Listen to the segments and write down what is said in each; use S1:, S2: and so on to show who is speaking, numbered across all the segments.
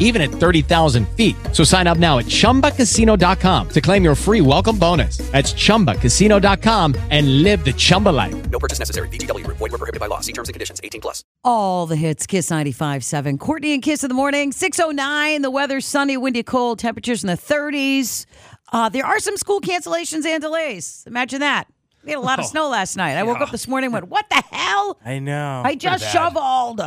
S1: even at 30,000 feet. So sign up now at ChumbaCasino.com to claim your free welcome bonus. That's ChumbaCasino.com and live the Chumba life.
S2: No purchase necessary. VGW Group. Void were prohibited by law. See terms and conditions. 18 plus.
S3: All the hits, Kiss 95.7. Courtney and Kiss in the morning, 6.09. The weather, sunny, windy, cold. Temperatures in the 30s. Uh, there are some school cancellations and delays. Imagine that. We had a lot of snow last night. I woke up this morning and went, what the hell?
S4: Oh, I know.
S3: I just shoveled.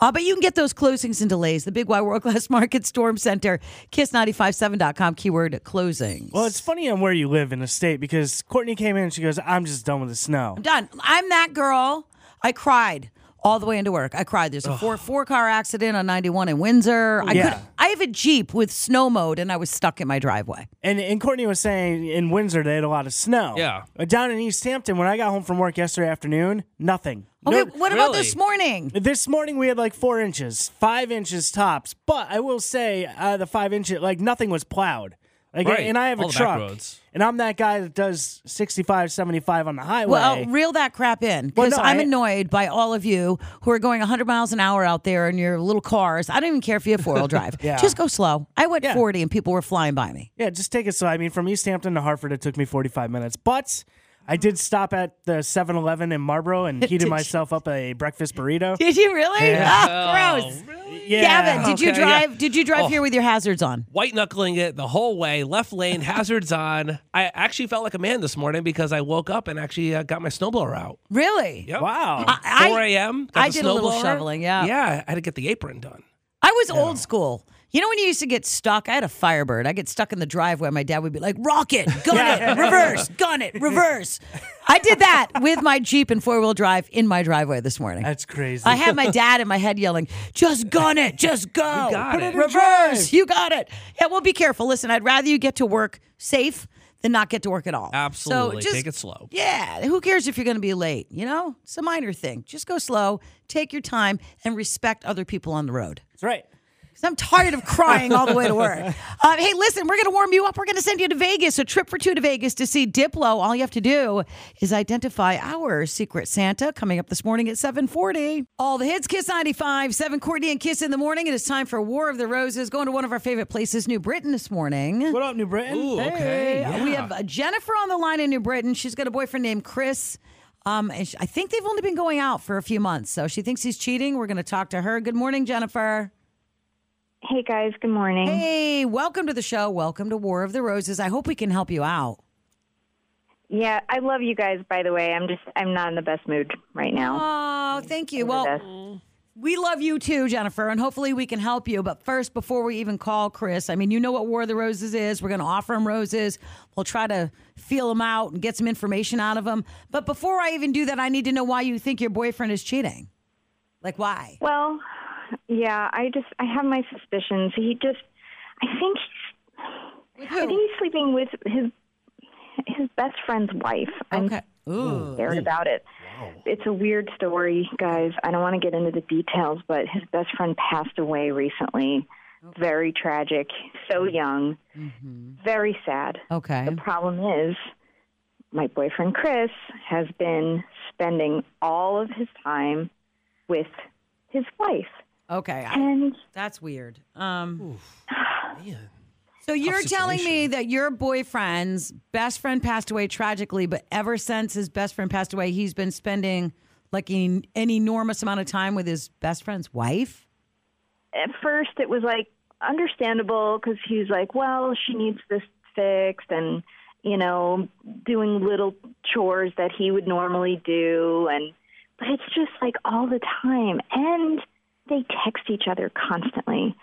S3: Uh, but you can get those closings and delays. The Big Y World Class Market Storm Center, kiss957.com, keyword closing.
S4: Well, it's funny on where you live in the state because Courtney came in and she goes, "I'm just done with the snow."
S3: I'm done. I'm that girl. I cried all the way into work. I cried. There's a four four car accident on 91 in Windsor. I
S4: Yeah.
S3: could I have a Jeep with snow mode and I was stuck in my driveway.
S4: And and Courtney was saying in Windsor they had a lot of snow.
S5: Yeah.
S4: But down in East Hampton, when I got home from work yesterday afternoon, nothing.
S3: Okay,
S4: No-
S3: what about
S5: really?
S3: this morning?
S4: This morning we had like four inches, five inches tops. But I will say uh, the five inch, like nothing was plowed. Like,
S5: Right.
S4: And I have
S5: All
S4: a
S5: the back
S4: truck.
S5: roads.
S4: And I'm that guy that does 65, 75 on the highway.
S3: Well, reel that crap in
S4: Well,
S3: because
S4: no,
S3: I'm
S4: I-
S3: annoyed by all of you who are going 100 miles an hour out there in your little cars. I don't even care if you have four wheel drive.
S4: Yeah.
S3: Just go slow. I went
S4: Yeah.
S3: 40 and people were flying by me.
S4: Yeah, just take it slow. I mean, from East Hampton to Hartford, it took me 45 minutes. But I did stop at the 7 Eleven in Marlboro and heated
S3: you?
S4: myself up a breakfast burrito.
S3: Did you really?
S5: Yeah.
S3: Ah,
S5: Oh,
S3: gross.
S4: Yeah.
S3: Gavin, did you
S5: Okay, yeah.
S3: drive? Did you drive
S5: Oh.
S3: here with your hazards on?
S5: White knuckling it the whole way, left lane, hazards on. I actually felt like a man this morning because I woke up and actually uh, got my snowblower out.
S3: Really?
S5: Yep.
S4: Wow.
S3: I-
S5: 4 a.m. got
S3: I
S5: the
S3: did a little
S5: snowblower.
S3: shoveling, yeah.
S5: Yeah. I had to get the apron done.
S3: I was old school. You know when you used to get stuck? I had a Firebird. I get stuck in the driveway. My dad would be like, "Rocket, gun it, reverse, gun it, reverse." I did that with my Jeep and four wheel drive in my driveway this morning.
S4: That's crazy.
S3: I had my dad in my head yelling, "Just gun it, just go,
S5: got
S3: Put
S5: it.
S3: in reverse, you got it." Yeah, well, be careful. Listen, I'd rather you get to work safe than not get to work at all. So
S5: Absolutely.
S3: just-
S5: Take it slow.
S3: yeah, who cares if you're going to be late? You know, it's a minor thing. Just go slow, take your time, and respect other people on the road.
S4: That's right.
S3: 'Cause I'm tired of crying all the way to work. Uh, hey, listen, we're going to warm you up. We're going to send you to Vegas, a trip for two to Vegas to see Diplo. All you have to do is identify our secret Santa coming up this morning at 740. All the hits, Kiss 95, 7 Courtney and Kiss in the morning. It is time for War of the Roses. Going to one of our favorite places, New Britain, this morning.
S4: What up, New Britain?
S5: Ooh,
S4: Hey.
S5: okay. Yeah.
S3: We have uh, Jennifer on the line in New Britain. She's got a boyfriend named Chris. Um, and she, I think they've only been going out for a few months, so she thinks he's cheating. We're going to talk to her. Good morning, Jennifer.
S6: Hey guys, good morning.
S3: Mm-hmm. Hey, welcome to the show. Welcome to War of the Roses. I hope we can help you out.
S6: Yeah, I love you guys by the way. I'm just I'm not in the best mood right now.
S3: Oh, thank you.
S6: Yes.
S3: Well, we love you too, Jennifer, and hopefully we can help you. But first, before we even call Chris, I mean, you know what War of the Roses is. We're going to offer him roses. We'll try to feel him out and get some information out of him. But before I even do that, I need to know why you think your boyfriend is cheating. Like, why?
S6: Well, yeah, I just I have my suspicions. He just I think he's
S3: With
S6: I think
S3: who?
S6: he's sleeping with his his best friend's wife. I'm
S3: Okay. Ooh.
S6: scared about it. It's a weird story, guys. I don't want to get into the details, but his best friend passed away recently. Very tragic. So
S3: Mm-hmm.
S6: young. Very sad.
S3: Okay.
S6: The problem is, my boyfriend Chris has been spending all of his time with his wife.
S3: Okay. I-
S6: And
S3: That's weird. Um, so you're telling me that your boyfriend's best friend passed away tragically, but ever since his best friend passed away, he's been spending like en- an enormous amount of time with his best friend's wife.
S6: at first, it was like understandable because he's like, well, she needs this fixed, and, you know, doing little chores that he would normally do. And, but it's just like all the time. And they text each other constantly.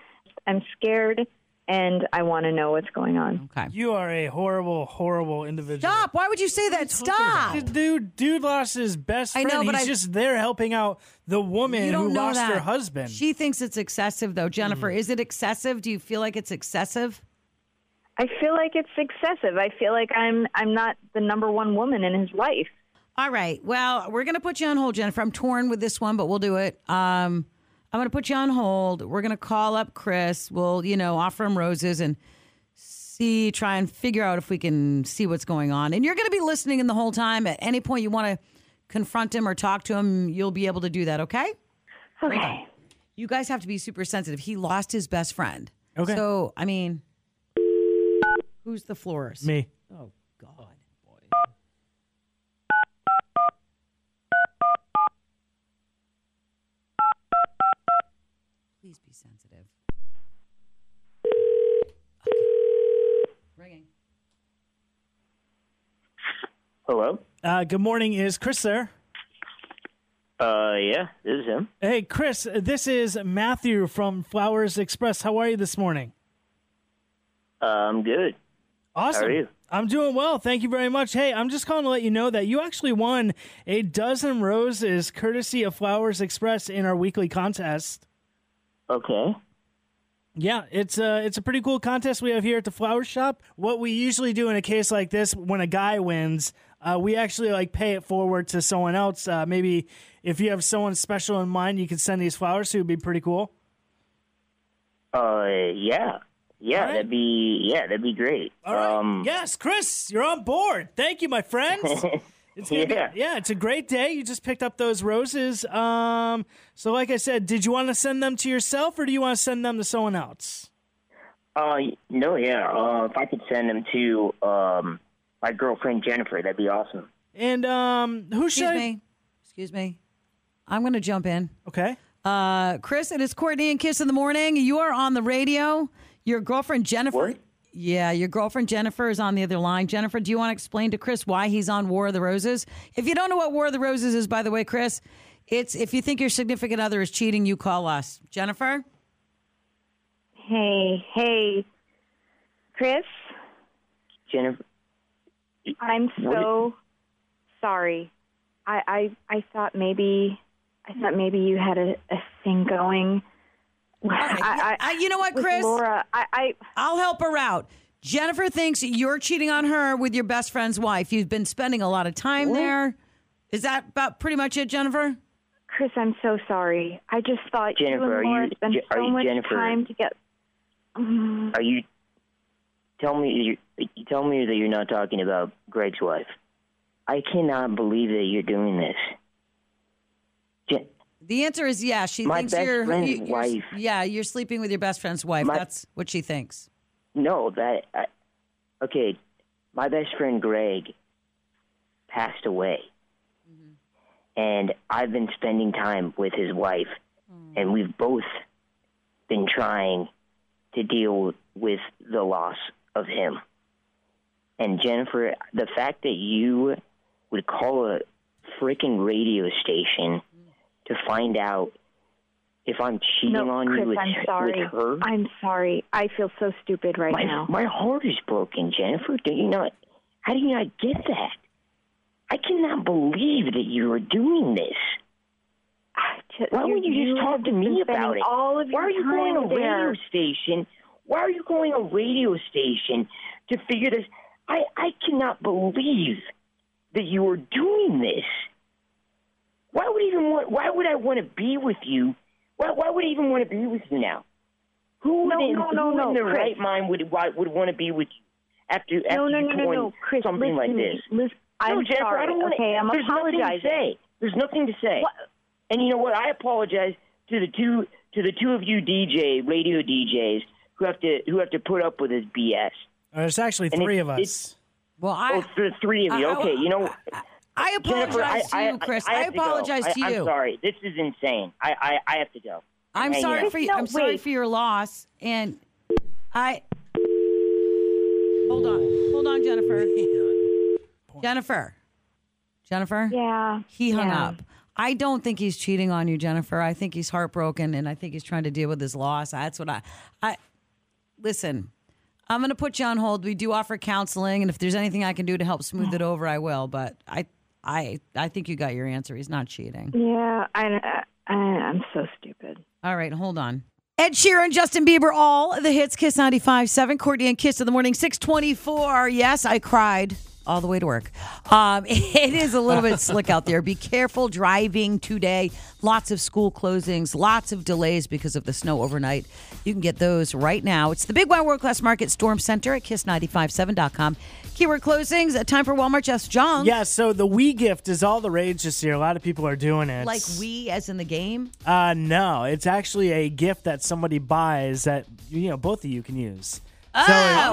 S6: I'm scared and I want to know what's going on.
S3: Okay.
S4: You are a horrible, horrible individual.
S3: Stop! Why would you say that? Stop!
S4: This Dude, dude lost his best
S3: I
S4: friend.
S3: know, but
S4: He's
S3: I-
S4: just there helping out the woman
S3: You
S4: who
S3: don't know
S4: lost
S3: that.
S4: her husband. Mm.
S3: She thinks it's excessive, though. Jennifer, is it excessive? Do you feel like it's excessive?
S6: I feel like it's excessive. I feel like I'm I'm not the number one woman in his life.
S3: All right. Well, we're going to put you on hold, Jennifer. I'm torn with this one, but we'll do it. Um, I'm going to put you on hold. We're going to call up Chris. We'll, you know, offer him roses and see, try and figure out if we can see what's going on. And you're going to be listening in the whole time. At any point you want to confront him or talk to him, you'll be able to do that. Okay.
S6: Okay.
S3: You guys have to be super sensitive. He lost his best friend.
S4: Okay.
S3: So, I mean, who's the florist?
S4: Me.
S3: Oh, God. Please be sensitive. Okay. Ringing.
S7: Hello.
S4: Uh, good morning. Is Chris there?
S7: Uh, yeah, this is him.
S4: Hey, Chris. This is Matthew from Flowers Express. How are you this morning?
S7: Uh, I'm good.
S4: Awesome.
S7: you?
S4: I'm doing well. Thank you very much. Hey, I'm just calling to let you know that you actually won a dozen roses courtesy of Flowers Express in our weekly contest.
S7: Okay.
S4: Yeah, it's a it's a pretty cool contest we have here at the flower shop. What we usually do in a case like this, when a guy wins, uh, we actually like pay it forward to someone else. Uh, maybe if you have someone special in mind, you could send these flowers. to would be pretty cool.
S7: Uh, yeah, yeah,
S4: right.
S7: that'd be yeah, that'd be great.
S4: All right.
S7: Um,
S4: yes, Chris, you're on board. Thank you, my friends. It's gonna
S7: Yeah.
S4: Be, yeah, it's a great day. You just picked up those roses. Um, so, like I said, did you want to send them to yourself or do you want to send them to someone else?
S7: Uh, no, yeah. Uh, if I could send them to um my girlfriend Jennifer, that'd be awesome.
S4: And um, who should?
S3: Excuse
S4: I-
S3: me. Excuse me. I'm going to jump in.
S4: Okay.
S3: Uh, Chris, it is Courtney and Kiss in the Morning. You are on the radio. Your girlfriend, Jennifer.
S7: What?
S3: Yeah, your girlfriend, Jennifer, is on the other line. Jennifer, do you want to explain to Chris why he's on War of the Roses? If you don't know what War of the Roses is, by the way, Chris, it's if you think your significant other is cheating, you call us. Jennifer?
S6: Hey, hey, Chris,
S7: Jennifer.
S6: I'm
S7: What?
S6: so sorry. I, I I thought maybe I thought maybe you had a, a thing going. I,
S3: I- Uh, you know what,
S6: with
S3: Chris?
S6: Laura, I, I
S3: I'll help her out. Jennifer thinks you're cheating on her with your best friend's wife. You've been spending a lot of time there. Is that about pretty much it, Jennifer?
S6: Chris, I'm so sorry. I just thought you
S7: Jennifer, are
S6: and Laura
S7: you-
S6: spent
S7: Je- are
S6: so
S7: you
S6: much
S7: Jennifer?
S6: time together.
S4: Mm-hmm.
S7: Are you? Tell me you, you tell me that you're not talking about Greg's wife. I cannot believe that you're doing this. Jen,
S3: The answer is yeah. She
S7: My
S3: thinks
S7: best
S3: you're,
S7: friend's
S3: you- you're-
S7: wife.
S3: Yeah, you're sleeping with your best friend's wife.
S7: My-
S3: That's what she thinks.
S7: No, that. I, okay, my best friend Greg passed away,
S6: Mm-hmm.
S7: and I've been spending time with his wife,
S6: Mm.
S7: and we've both been trying to deal with the loss of him. And Jennifer, the fact that you would call a freaking radio station to find out if I'm cheating
S6: Mm. No,
S7: on
S6: Chris,
S7: you with,
S6: I'm sorry.
S7: with her.
S6: I'm sorry. I feel so stupid right
S7: My,
S6: now.
S7: my heart is broken, Jennifer. Do you not? How do you not get that? I cannot believe that you are doing this.
S6: I ju-
S7: Why would you just talk
S6: have
S7: to
S6: been
S7: me about
S6: spending
S7: it?
S6: All of
S7: Why
S6: your
S7: are you
S6: time
S7: going to a
S6: there.
S7: radio station? Why are you going to a radio station to figure this? I I cannot believe that you are doing this. Why would I even want? Why would I want to be with you? Why Why would I even want to be with you now? Who
S6: No,
S7: in,
S6: no, no,
S7: who
S6: no,
S7: in their
S6: Chris.
S7: right mind would why, would want to be with you after after
S6: No, no,
S7: you
S6: no, no,
S7: torn
S6: no, Chris. listen
S7: something like
S6: to me.
S7: this?
S6: Listen, I'm
S7: no, Jennifer,
S6: sorry.
S7: I don't want
S6: okay, I'm
S7: There's nothing to
S6: apologizing.
S7: say. There's nothing to say.
S6: What?
S7: And you know what? I apologize to the two to the two of you DJ radio DJs who have to who have to put up with his BS.
S4: Uh, there's actually
S7: And it-
S4: three of
S7: it-
S4: us.
S3: Well, I
S7: Oh, the three of you.
S3: I- I-
S7: Okay, you know,
S3: I
S7: Jennifer, I,
S3: apologize
S7: I,
S3: to you, Chris.
S7: I,
S3: I,
S7: have to go.
S3: apologize
S7: I-
S3: to you.
S7: I'm sorry. This is insane. I I, I have to go.
S3: I'm
S7: Hang
S3: sorry
S7: up.
S3: for you.
S6: No,
S3: I'm sorry
S6: wait.
S3: for your loss. And I hold on, hold on, Jennifer. Jennifer, Jennifer.
S6: Yeah.
S3: He hung
S6: yeah.
S3: up. I don't think he's cheating on you, Jennifer. I think he's heartbroken and I think he's trying to deal with his loss. That's what I I listen. I'm going to put you on hold. We do offer counseling and if there's anything I can do to help smooth it over, I will, but I I I think you got your answer. He's not cheating.
S6: Yeah, I, I, I'm so stupid.
S3: All right, hold on. Ed Sheeran, Justin Bieber, all the hits, Kiss 95.7, Courtney and Kiss in the morning, 624. Yes, I cried all the way to work. Um, it is a little bit slick out there. Be careful driving today. Lots of school closings, lots of delays because of the snow overnight. You can get those right now. It's the Big Y World Class Market Storm Center at kiss957.com. Keyword closings. uh, Time for Walmart. Jess Jong.
S4: Yeah, so the Wii gift is all the rage this year. A lot of people are doing it.
S3: Like we, as in the game.
S4: Uh, no, it's actually a gift that somebody buys that you know both of you can use. Oh,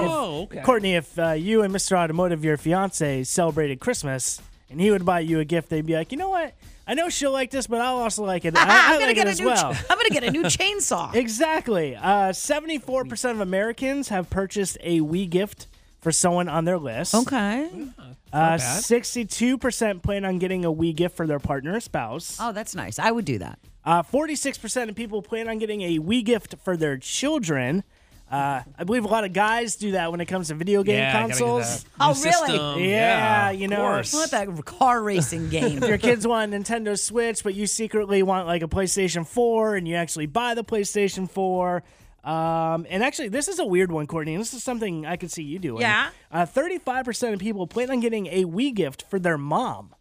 S5: Oh, okay.
S4: Courtney, if uh, you and Mr. Automotive, your fiance, celebrated Christmas and he would buy you a gift, they'd be like, you know what? I know she'll like this, but I'll also like it. I, I
S3: I'm gonna
S4: like
S3: get
S4: it
S3: a
S4: as
S3: new.
S4: well.
S3: I'm gonna get a new chainsaw.
S4: Exactly. Uh, 74% of Americans have purchased a Wii gift for someone on their list.
S3: Okay.
S4: Uh,
S5: bad.
S4: 62% plan on getting a Wii gift for their partner or spouse.
S3: Oh, that's nice. I would do that.
S4: Uh, 46% of people plan on getting a Wii gift for their children. Uh, I believe a lot of guys do that when it comes to video game
S5: Yeah, I gotta get
S4: consoles.
S5: that. New
S3: Oh, really?
S5: system.
S4: Yeah, you know.
S5: Of course.
S3: What that car racing game?
S4: Your kids want a Nintendo Switch, but you secretly want like a PlayStation 4, and you actually buy the PlayStation 4. Um, and actually, this is a weird one, Courtney. and This is something I could see you doing.
S3: Yeah.
S4: Uh, 35% of people plan on getting a Wii gift for their mom.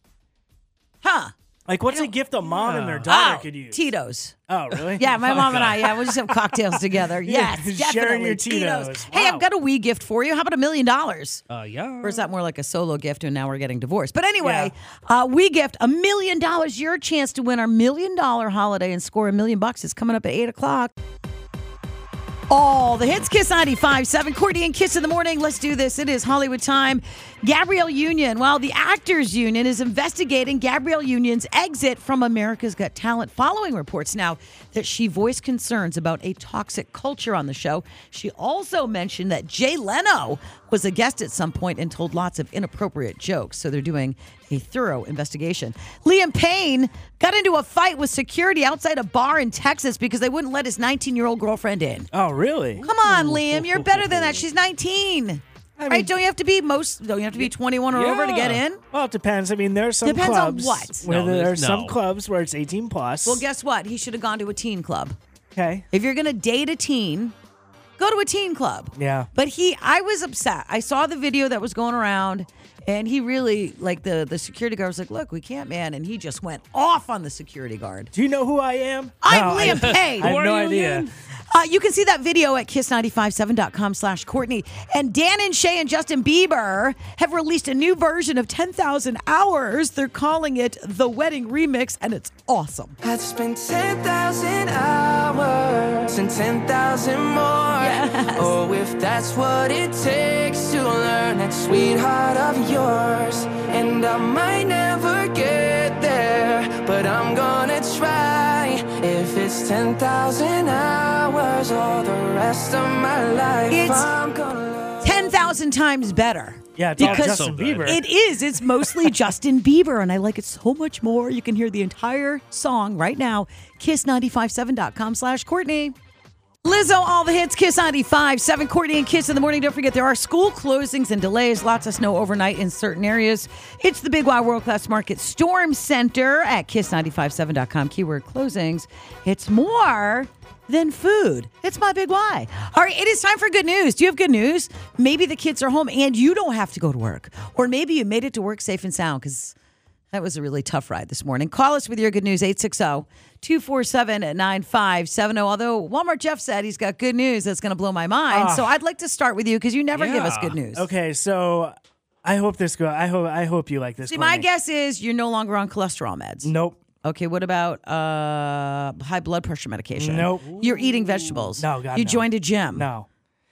S3: huh?
S4: Like, what's a gift a mom and their daughter
S3: oh,
S4: could use?
S3: Tito's.
S4: Oh, really?
S3: Yeah, my mom and I. Yeah, we'll just have cocktails together. Yes,
S4: Sharing
S3: definitely.
S4: your Tito's.
S3: Hey,
S4: Wow.
S3: I've got a Wii gift for you. How about a million dollars?
S5: Uh, yeah.
S3: Or is that more like a solo gift and now we're getting divorced? But anyway, uh, we gift a million dollars. Your chance to win our million dollar holiday and score a million bucks is coming up at 8 o'clock. All the hits, Kiss 95.7, Courtney and Kiss in the morning. Let's do this. It is Hollywood time. Gabrielle Union. Well, the Actors Union is investigating Gabrielle Union's exit from America's Got Talent following reports now that she voiced concerns about a toxic culture on the show. She also mentioned that Jay Leno was a guest at some point and told lots of inappropriate jokes. So they're doing a thorough investigation. Liam Payne got into a fight with security outside a bar in Texas because they wouldn't let his 19 year old girlfriend in.
S4: Oh, really?
S3: Come on, Liam, you're better than that. She's 19. right? Don't you have to be most? Don't you have to be 21 or over to get
S5: Yeah.
S3: in?
S4: Well, it depends. I mean, there are some
S3: Depends on
S4: clubs
S3: what?
S4: where
S5: No,
S4: there are
S5: there's-
S4: some
S5: no.
S4: clubs where it's 18 plus.
S3: Well, guess what? He should have gone to a teen club.
S4: okay.
S3: If you're gonna date a teen, go to a teen club.
S4: Yeah.
S3: But he, I was upset. I saw the video that was going around, and he really like the the security guard was like, "Look, we can't, man," and he just went off on the security guard.
S4: Do you know who I am?
S3: I'm
S4: No, I-
S3: Liam Payne. Who
S4: I have
S3: are
S4: no
S3: you
S4: idea.
S3: Uh, you can see that video at kiss957.com slash Courtney. And Dan and Shay and Justin Bieber have released a new version of 10,000 Hours. They're calling it The Wedding Remix, and it's awesome.
S8: I've spent 10,000 hours and 10,000 more. Oh, if that's what it takes to learn that sweetheart of yours. And I might never get there, but I'm gonna try. If it's 10,000 hours or the rest of my life,
S3: It's-
S8: I'm gonna love
S3: 10,000 times better.
S4: Yeah, it's all
S3: Because-
S4: Justin
S5: So
S4: Bieber.
S3: It is. It's mostly Justin Bieber, and I like it so much more. You can hear the entire song right now. Kiss957.com slash Courtney. Lizzo, all the hits, Kiss 95, 7 Courtney and Kiss in the morning. Don't forget, there are school closings and delays, lots of snow overnight in certain areas. It's the Big Y World Class Market Storm Center at kiss957.com. Keyword closings. It's more than food. It's my Big Y. All right, it is time for good news. Do you have good news? Maybe the kids are home and you don't have to go to work. Or maybe you made it to work safe and sound because. That was a really tough ride this morning. Call us with your good news, 860 247 9570. Although Walmart Jeff said he's got good news that's going to blow my mind. so I'd like to start with you because you never give us good news.
S4: Ah. okay, so I hope this go. I hope I hope you like this.
S3: See, my
S4: Courtney.
S3: guess is you're no longer on cholesterol meds.
S4: Nope.
S3: Okay, what about uh, high blood pressure medication?
S4: Nope.
S3: You're eating vegetables.
S4: No, God,
S3: You
S4: no.
S3: joined a gym.
S4: No.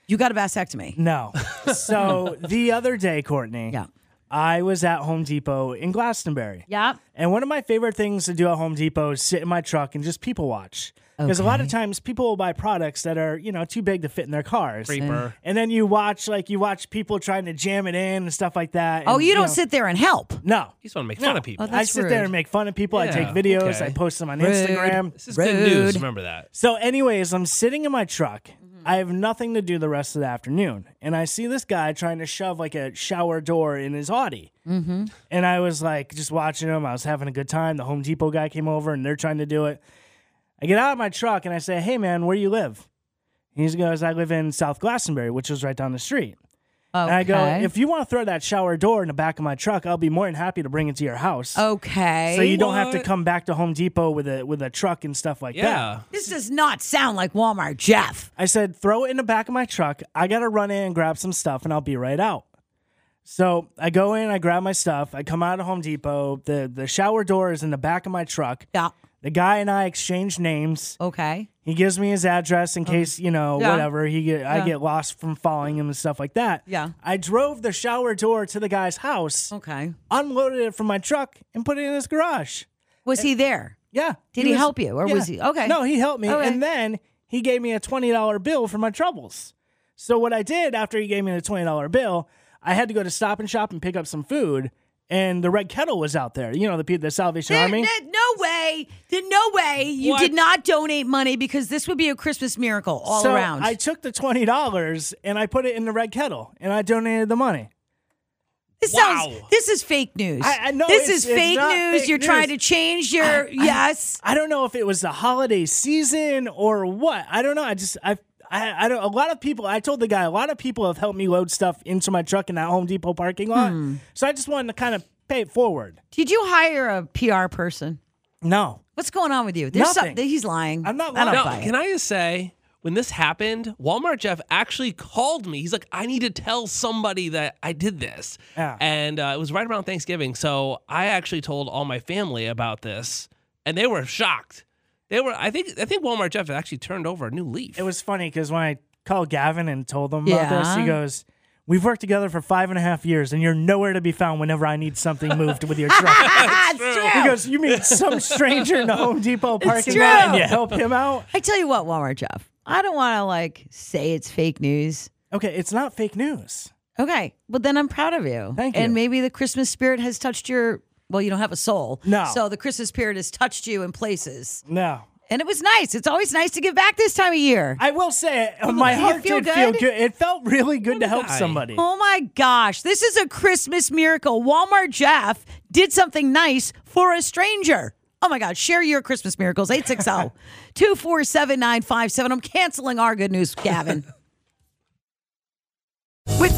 S3: You got a vasectomy.
S4: No. so the other day, Courtney.
S3: Yeah.
S4: I was at Home Depot in Glastonbury.
S3: Yep.
S4: And one of my favorite things to do at Home Depot is sit in my truck and just people watch. Because a lot of times people will buy products that are, you know, too big to fit in their cars.
S5: Creeper.
S4: And then you watch like you watch people trying to jam it in and stuff like that.
S3: Oh,
S4: and,
S3: you don't
S4: know-
S3: sit there and help.
S4: No.
S5: You just want to make fun
S4: No.
S5: of people.
S3: Oh, that-
S4: I
S3: That's
S4: sit
S3: rude.
S4: there and make fun of people. I take
S5: Yeah,
S4: videos.
S5: okay.
S4: I post them on
S3: Rude.
S5: this
S4: Instagram.
S5: is good news.
S3: Rude.
S5: Remember that.
S4: So, anyways, I'm sitting in my truck. I have nothing to do the rest of the afternoon, and I see this guy trying to shove like a shower door in his Audi. Mm-hmm. And I was like, just watching him. I was having a good time. The Home Depot guy came over, and they're trying to do it. I get out of my truck and I say, "Hey, man, where you live?" He goes, "I live in South Glastonbury, which is right down the street." And I go,
S3: Okay.
S4: if you want to throw that shower door in the back of my truck, I'll be more than happy to bring it to your house.
S3: Okay.
S4: So you don't have to
S5: What?
S4: come back to Home Depot with a with a truck and stuff like that.
S5: Yeah.
S3: this does not sound like Walmart, Jeff.
S4: I said, throw it in the back of my truck. I gotta run in and grab some stuff, and I'll be right out. So I go in, I grab my stuff, I come out of Home Depot. the The shower door is in the back of my truck.
S3: Yeah.
S4: The guy and I exchange names.
S3: Okay.
S4: He gives me his address in case you know
S3: Mm. Yeah.
S4: whatever he get, I
S3: Yeah.
S4: get lost from following him and stuff like that.
S3: Yeah. Oh.
S4: I drove the shower door to the guy's house,
S3: Okay.
S4: unloaded it from my truck, and put it in his garage.
S3: Was he there?
S4: Yeah.
S3: Did he help you, or was he- okay.
S4: No, he helped me,
S3: Okay.
S4: and then he gave me a twenty dollar bill for my troubles. So what I did after he gave me the twenty dollar bill, I had to go to Stop and Shop and pick up some food, and the Red Kettle was out there. You know the people, the Salvation
S3: There-
S4: Army.
S3: there- no way. There- no way. You
S5: What?
S3: did not donate money because this would be a Christmas miracle all
S4: so
S3: around.
S4: I took the twenty dollars and I put it in the Red Kettle, and I donated the money.
S3: This sounds.
S5: Wow.
S3: This is fake news.
S4: I- I know
S3: this
S4: it's-
S3: is
S4: it's
S3: fake
S4: not
S3: news.
S4: fake
S3: You're trying to
S4: news.
S3: change your yes.
S4: I don't know if it was the holiday season or what. I don't know. I just I. I, I don't. A lot of people. I told the guy. A lot of people have helped me load stuff into my truck in that Home Depot parking lot.
S3: Hmm.
S4: So I just wanted to kind of pay it forward.
S3: Did you hire a PR person?
S4: No,
S3: What's going on with you? There's
S4: Nothing.
S3: Some, he's lying.
S4: I'm not
S3: I don't
S4: lying.
S5: Now,
S3: buy it.
S5: can I just say, when this happened, Walmart Jeff actually called me. He's like, I need to tell somebody that I did this.
S4: Yeah.
S5: And uh, it was right around Thanksgiving. So I actually told all my family about this, and they were shocked. They were, I think, I think Walmart Jeff actually turned over a new leaf.
S4: it was funny because when I called Gavin and told him about this,
S3: Yeah.
S4: he goes, "We've worked together for five and a half years, and you're nowhere to be found whenever I need something moved with your truck."
S3: Ah, it's true.
S4: he goes, "You mean some stranger in the Home Depot parking
S3: true.
S4: lot and you help him out?"
S3: I tell you what, Walmart Jeff. I don't want to like say it's fake news.
S4: Okay, it's not fake news.
S3: Okay, well then I'm proud of you.
S4: Thank
S3: And
S4: you.
S3: maybe the Christmas spirit has touched your. Well, you don't have a soul.
S4: No.
S3: So the Christmas spirit has touched you in places,
S4: No,
S3: and it was nice. It's always nice to give back this time of year.
S4: I will say it. my
S3: did it
S4: heart
S3: feel
S4: did feel
S3: good?
S4: good. It felt really good to help
S5: guy.
S4: somebody.
S3: Oh my gosh, this is a Christmas miracle. Walmart Jeff did something nice for a stranger. Oh my God, share your Christmas miracles. 860 247 957. I'm canceling our good news, Gavin.
S9: With